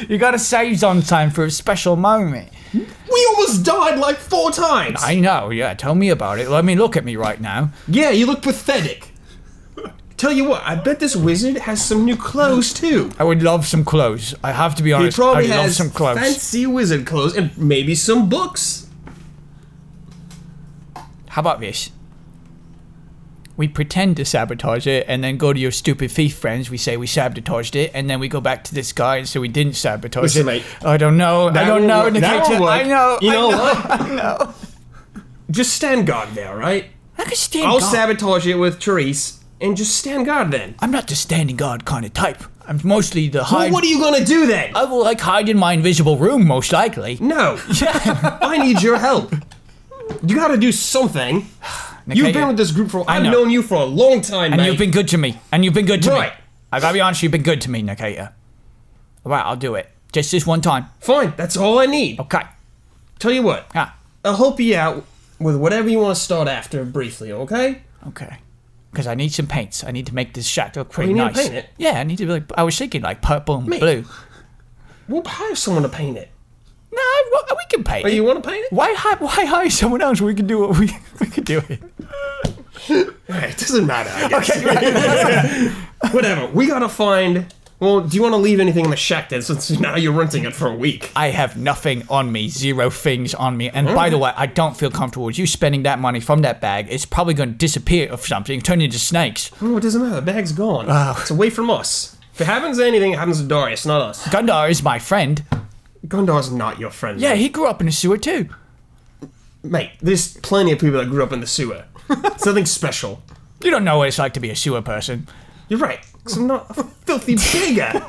You gotta save John Simon for a special moment. we almost died like four times. I know, yeah. Tell me about it. Let me look at me right now. yeah, you look pathetic. Tell you what, I bet this wizard has some new clothes too. I would love some clothes. I have to be He honest. probably I'd love has some clothes. fancy wizard clothes and maybe some books. How about this? We pretend to sabotage it and then go to your stupid thief friends. We say we sabotaged it and then we go back to this guy and say we didn't sabotage Listen, it. mate. I don't know. I That don't won't know. work. That Nikita. won't work. I know. You know, I know. what? Just stand guard there, right? I can stand I'll guard. sabotage it with Therese and just stand guard then. I'm not the standing guard kind of type. I'm mostly the Well, hide. what are you gonna do then? I will like hide in my invisible room most likely. Uh, No. I need your help. You gotta do something. You've been with this group for. I've know. known you for a long time, And mate. you've been good to me. And you've been good to Right. me. I gotta be honest, you've been good to me, Nikita. Alright, I'll do it. Just this one time. Fine, that's all I need. Okay. Tell you what, Ah, I'll help you out with whatever you want to start after briefly, okay? okay. Because I need some paints. I need to make this shack look pretty Oh, you need to nice. paint it? Yeah, I need to be like, I was thinking like purple and Mate. blue. We'll hire someone to paint it. No, I- we can paint. Oh, it. you want to paint it? why, hi- why hire someone else? We can do what we, we can do it. Eh, It doesn't matter. I guess. whatever. We gotta find. Well, do you want to leave anything in the shack then? Since now you're renting it for a week. I have nothing on me, zero things on me. And Mm. by the way, I don't feel comfortable with you spending that money from that bag. It's probably going to disappear or something, turn into snakes. Oh, it doesn't matter. The bag's gone. Ah. It's away from us. If it happens to anything, it happens to Darius, not us. Gundar is my friend. Gondar's not your friend. Yeah, mate. he grew up in a sewer too. Mate, there's plenty of people that grew up in the sewer. it's nothing special. You don't know what it's like to be a sewer person. You're right. Because I'm not a filthy beggar.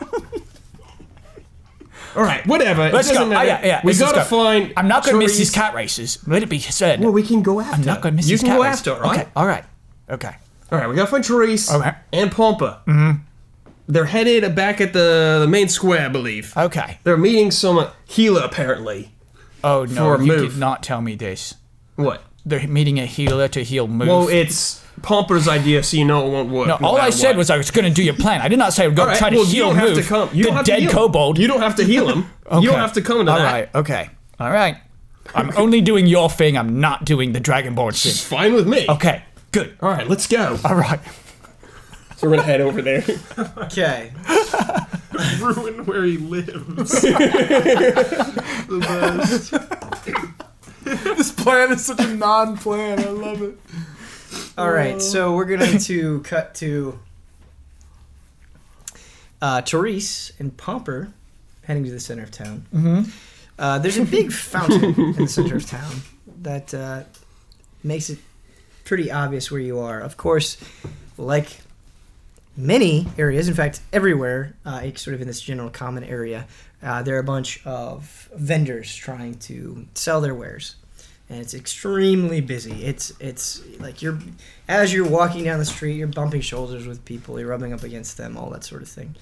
All right, whatever. Let's it doesn't go. Matter. Oh, yeah, yeah. We let's just gotta go. find. I'm not going to miss these Therese- cat races. Let it be said. Well, we can go after. I'm not going to miss You these can cat go races. after, it, right? Okay. All right. Okay. All right, we gotta find Therese Okay. and Pompa. Mm-hmm. They're headed back at the, the main square, I believe. Okay. They're meeting some healer, apparently. Oh For no, a you move. did not tell me this. What? They're meeting a healer to heal move. Well, it's Pomper's idea, so you know it won't work. No, all I said was I was going to do your plan. I did not say I would go All right, try to well, you heal don't have move to come. You the don't have to dead heal him. kobold. You don't have to heal him. You Okay. don't have to come to All that. right. Okay. All right. I'm only doing your thing. I'm not doing the Dragonborn It's thing. fine with me. Okay. Good. All right, let's go. All right. So we're gonna head over there. Okay. Ruin where he lives. the best. This plan is such a non-plan. I love it. All right, so we're going to cut to uh, Therese and Pomper heading to the center of town. Mm-hmm. Uh, there's a big fountain in the center of town that uh, makes it pretty obvious where you are. Of course, like many areas, in fact, everywhere, uh, it's sort of in this general common area, uh, there are a bunch of vendors trying to sell their wares and it's extremely busy. It's it's like you're as you're walking down the street, you're bumping shoulders with people, you're rubbing up against them, all that sort of thing.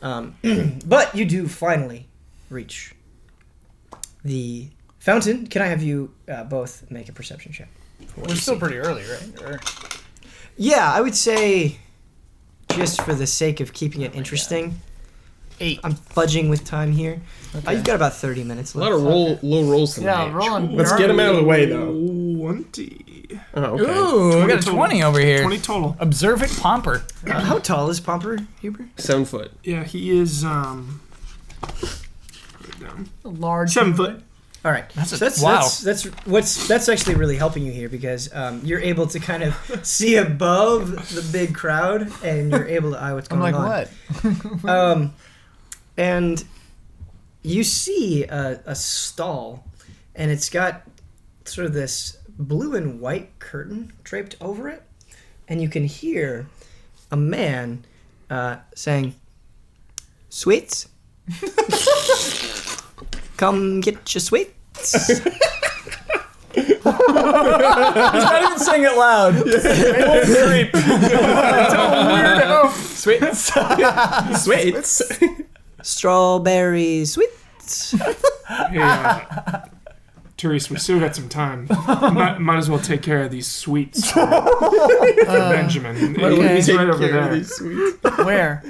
Um, but you do finally reach the fountain. Can I have you uh, both make a perception check? We're still pretty early, right? Or- Yeah, I would say just for the sake of keeping it interesting. Eight. I'm fudging with time here. Uh, you've got about 30 minutes A left. lot of roll, low rolls tonight. yeah, rolling. Let's get him out of the way, though. 20. Oh, okay. Ooh, we got a total. twenty over here. 20 total. Observant pomper. Uh, how tall is Pomper Huber? Seven foot. Yeah, he is, um. put it down. Large. Seven foot. All right. That's a- so that's, wow. That's, that's what's that's actually really helping you here because um, you're able to kind of see above the big crowd and you're able to eye what's I'm going like, on. what? Um, and you see a, a stall, and it's got sort of this blue and white curtain draped over it, and you can hear a man uh, saying, "Sweets, come get your sweets." I didn't sing it loud. Sweets. strawberry sweets. Hey, uh, Therese, we still got some time. might, might as well take care of these sweets for, for Uh, Benjamin. Okay. He's right over there. Where?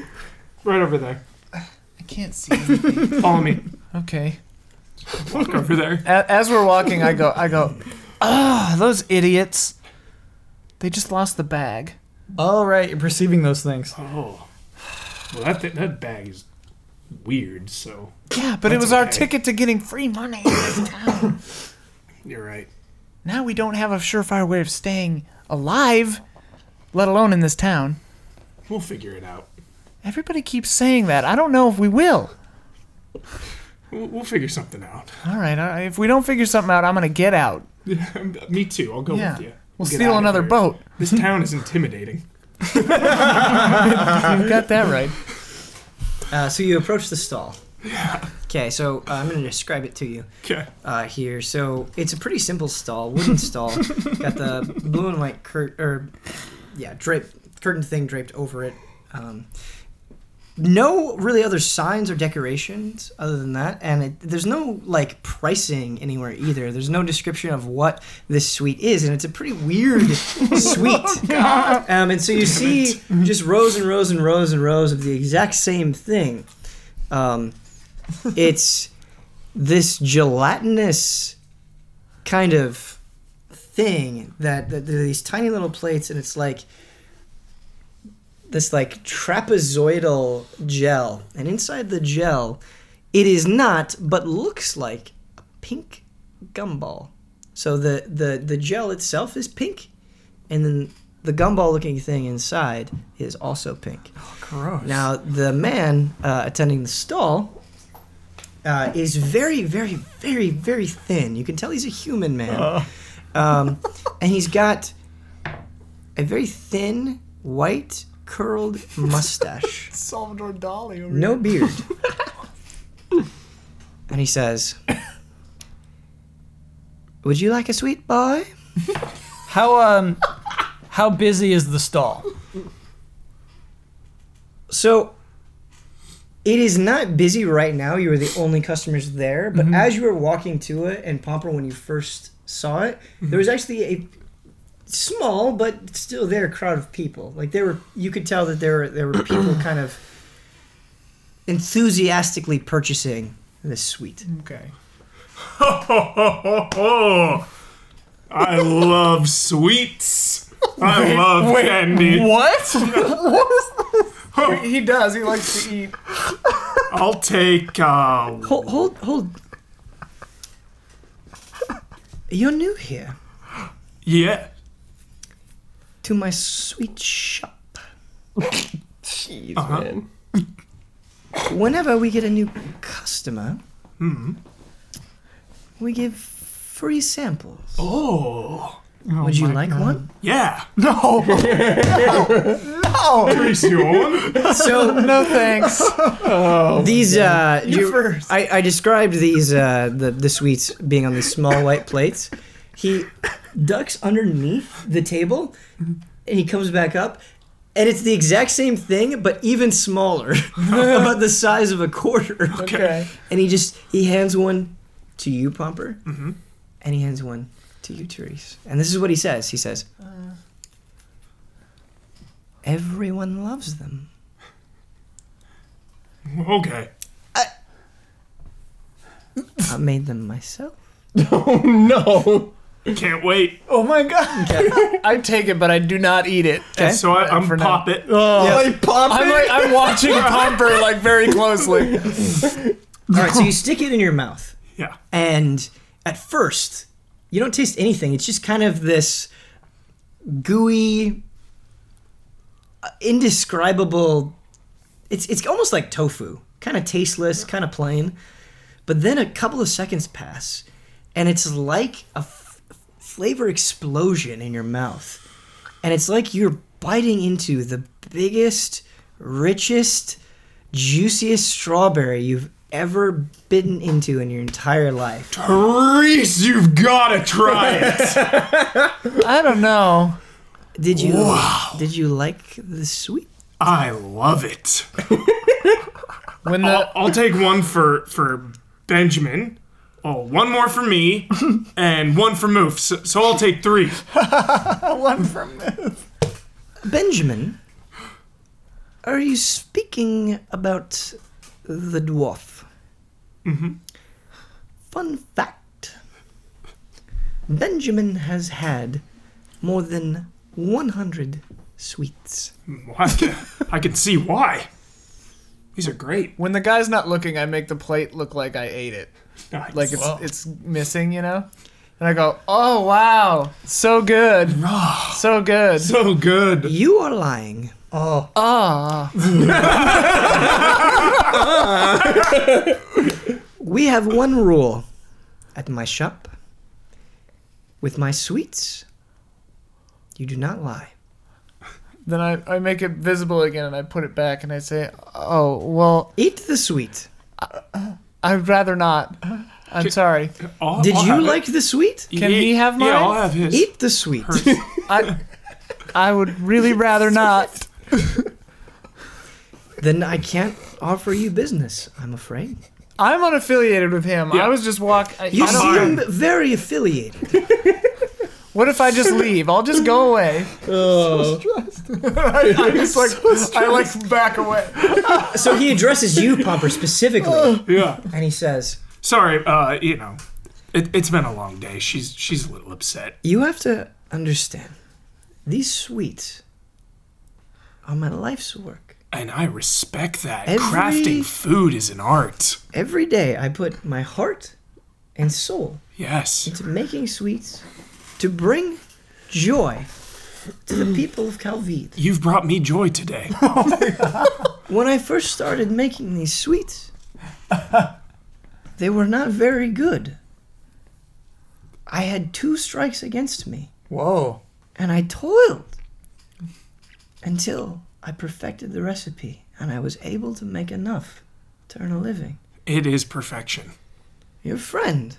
Right over there. I can't see. anything. Follow me. Okay. Walk over there. A- As we're walking, I go, I go, ah, those idiots. They just lost the bag. All right, you're perceiving those things. Oh. Well, that, thi- that bag is weird, so. Yeah, but it was our okay. ticket to getting free money. in this town. You're right. now we don't have a surefire way of staying alive, let alone in this town. We'll figure it out. Everybody keeps saying that. I don't know if we will. We'll, we'll figure something out. All right, all right, if we don't figure something out, I'm gonna get out. me too. I'll go Yeah. with you. We'll get steal outta another here. boat. This town is intimidating. You got that right. Uh, so you approach the stall. Okay, so uh, I'm going to describe it to you Okay. uh, here. So it's a pretty simple stall, wooden stall. Got the blue and white cur- or yeah, drape curtain thing draped over it. Um, no really other signs or decorations other than that, and it, there's no like pricing anywhere either. There's no description of what this suite is, and it's a pretty weird suite. Um, and so you see just rows and rows and rows and rows of the exact same thing. Um, it's this gelatinous kind of thing that, that there are these tiny little plates, and it's like this like trapezoidal gel, and inside the gel, it is not, but looks like a pink gumball. So the the the gel itself is pink, and then the gumball looking thing inside is also pink. Gross. Now, the man uh, attending the stall uh, is very, very, very, very thin. You can tell he's a human man. Um, and he's got a very thin, white, curled mustache, Salvador Dali. Over no beard. and he says, Would you like a sweet boy? How um, how busy is the stall? So it is not busy right now. You are the only customers there. But as you were walking to it, and Pomper, when you first saw it, there was actually a small but still there crowd of people. Like there were, you could tell that there were there were people kind of enthusiastically purchasing this suite. Okay. I love sweets. I love candy. What? what is this? He does. He likes to eat. I'll take. Uh, Hold, hold, hold. You're new here yeah. to my sweet shop. Jeez, Uh-huh. man. Whenever we get a new customer, we give free samples. Oh. Would you like one? Yeah. So No thanks. these uh, you- I, I described these uh, the the sweets being on these small white plates. He ducks underneath the table, and he comes back up, and it's the exact same thing, but even smaller, about the size of a quarter. Okay. And he just he hands one to you, Pomper, and he hands one to you, Therese. And this is what he says. He says, "Everyone loves them." Okay. I made them myself. Oh no! Can't wait. Oh my god. I take it, but I do not eat it. So I, I'm For now. pop it. Uh. Like pop I'm like I'm watching Pomper like very closely. All right, so you stick it in your mouth. Yeah. And at first, you don't taste anything. It's just kind of this gooey, uh, indescribable. It's it's almost like tofu, kind of tasteless, kind of plain. But then a couple of seconds pass, and it's like a f- flavor explosion in your mouth, and it's like you're biting into the biggest, richest, juiciest strawberry you've ever bitten into in your entire life. Reese, you've gotta try it. I don't know. Did you did you like the sweet? I love it. When Oh, the I'll take one for for Benjamin. Oh, one more for me, and one for Moof. So, so I'll take three. Benjamin, are you speaking about the dwarf? Mm-hmm. Fun fact. Benjamin has had more than 100 sweets. Well, I can, I can see why. These are great. when the guy's not looking, I make the plate look like I ate it. Nice. Like it's it's missing, you know? And I go, "Oh wow. So good. so good." so good. You are lying. Ah. We have one rule at my shop. With my sweets, you do not lie. Then I, I make it visible again and I put it back and I say, "Oh, well, Eat the sweet. I'd rather not. I'm sorry. I'll- Did I'll you have it. like the sweet? Can he have mine? Yeah, I'll have his. Eat the sweet. I I would really rather not. Then I can't offer you business, I'm afraid. I'm unaffiliated with him. I was just walk. I, You I don't- seem very affiliated. what if I just leave? I'll just go away. I, I just like I like back away. So he addresses you, Pomper, specifically, Yeah. and he says, Sorry. Uh, you know, it, it's been a long day. She's she's a little upset. You have to understand, these sweets are my life's work. And I respect that. Every- Crafting food is an art. Every day I put my heart and soul Yes. into making sweets to bring joy to the people of Calvide. You've brought me joy today. When I first started making these sweets, they were not very good. I had two strikes against me, Whoa. and I toiled until I perfected the recipe and I was able to make enough to earn a living. It is perfection. Your friend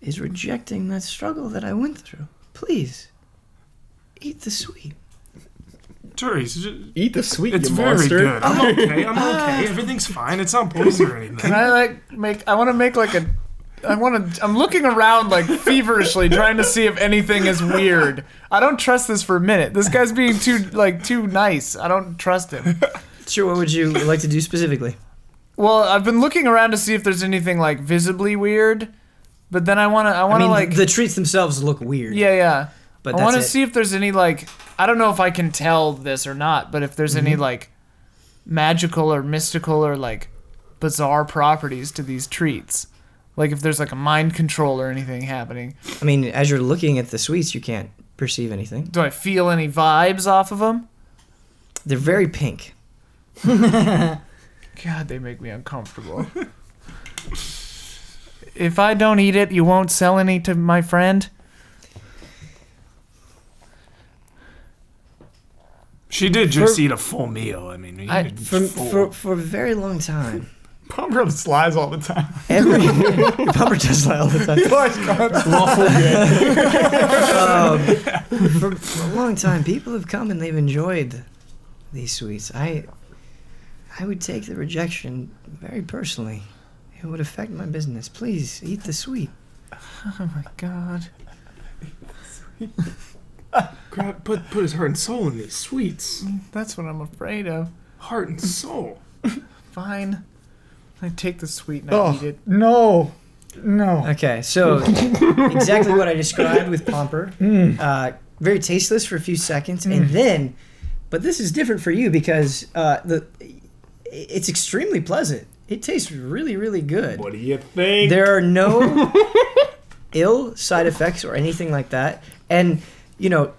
is rejecting that struggle that I went through. Please, eat the sweet. Therese, j- Eat the sweet, it's you very monster. good. I'm okay. I'm okay. Everything's fine. It's not poison or anything. Can I like make? I want to make like a I want to. I'm looking around like feverishly, trying to see if anything is weird. I don't trust this for a minute. This guy's being too like too nice. I don't trust him. Sure, what would you like to do specifically? Well, I've been looking around to see if there's anything like visibly weird, but then I want to. I I want to mean, like. the treats themselves look weird. yeah, yeah. but I that's want to it. see if there's any like. I don't know if I can tell this or not, but if there's any Mm-hmm. like magical or mystical or like bizarre properties to these treats. Like if there's like a mind control or anything happening. I mean, as you're looking at the sweets, you can't perceive anything. Do I feel any vibes off of them? They're very pink. God, they make me uncomfortable. if I don't eat it, you won't sell any to my friend? She did just For- eat a full meal. I mean, you I- did For, full. for, for a very long time. Palm rubs lies all the time. Every Pumper does lie all the time. Um, for, for a long time, people have come and they've enjoyed these sweets. I, I would take the rejection very personally. It would affect my business. Please eat the sweet. Oh my god. God, put put his heart and soul in these sweets. That's what I'm afraid of. Heart and soul. Fine. I take the sweet and I Oh. eat it. No. No. Okay, so exactly what I described with Pomper. Uh, very tasteless for a few seconds, and then, but this is different for you because uh, the it's extremely pleasant. It tastes really, really good. What do you think? There are no ill side effects or anything like that. And, you know,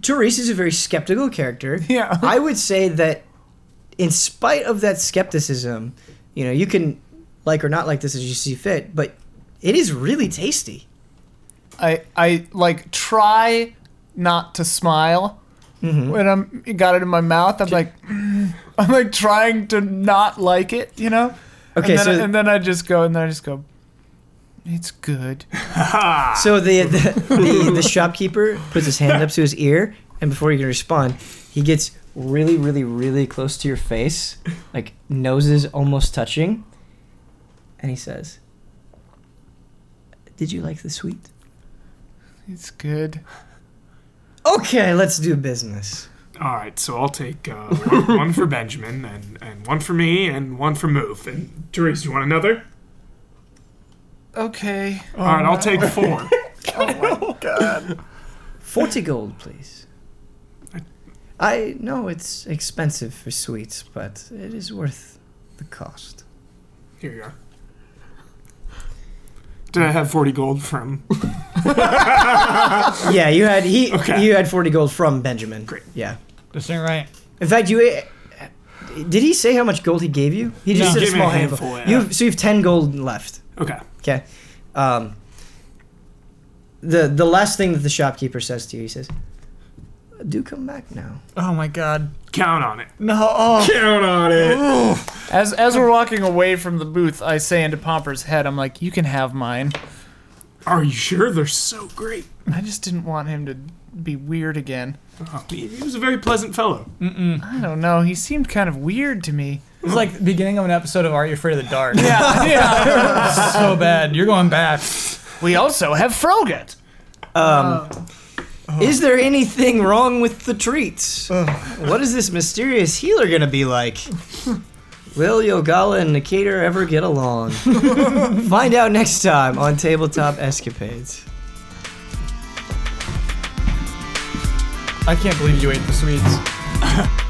Therese is a very skeptical character. Yeah. I would say that in spite of that skepticism, you know, you can like or not like this as you see fit, but it is really tasty. I, I like try not to smile Mm-hmm. when I'm got it in my mouth. I'm like, mm. I'm like trying to not like it, you know. Okay, and then, so- and then I just go and then I just go. It's good. So the the, the the shopkeeper puts his hand up to his ear, and before you can respond, he gets really, really, really close to your face, like noses almost touching, and he says, "Did you like the sweet?" It's good. Okay, let's do business. All right, so I'll take uh, one, one for Benjamin and, and one for me and one for Move. And Therese, you want another? Okay. All right, I'll take four. Forty gold, please. I know it's expensive for sweets, but it is worth the cost. Here you are. Did I have 40 gold from? Yeah, you had he Okay. you had forty gold from Benjamin. Great. Yeah. This ain't right. In fact, you did he say how much gold he gave you? He No. just said a Gave me small a handful. handful, yeah. You've, so you have ten gold left. Okay. Okay. Um, the the last thing that the shopkeeper says to you, he says, "Do come back now." Oh my god. Count on it. No. Oh. Count on it. As as we're walking away from the booth, I say into Pomper's head, I'm like, "You can have mine." Are you sure? They're so great. I just didn't want him to be weird again. Oh, he, he was a very pleasant fellow. I don't know. He seemed kind of weird to me. It's like the beginning of an episode of Are You Afraid of the Dark? Yeah, yeah. so bad. You're going back. we also have Froget. Is there anything wrong with the treats? What is this mysterious healer gonna be like? Will Yogala and Nikator ever get along? Find out next time on Tabletop Escapades. I can't believe you ate the sweets.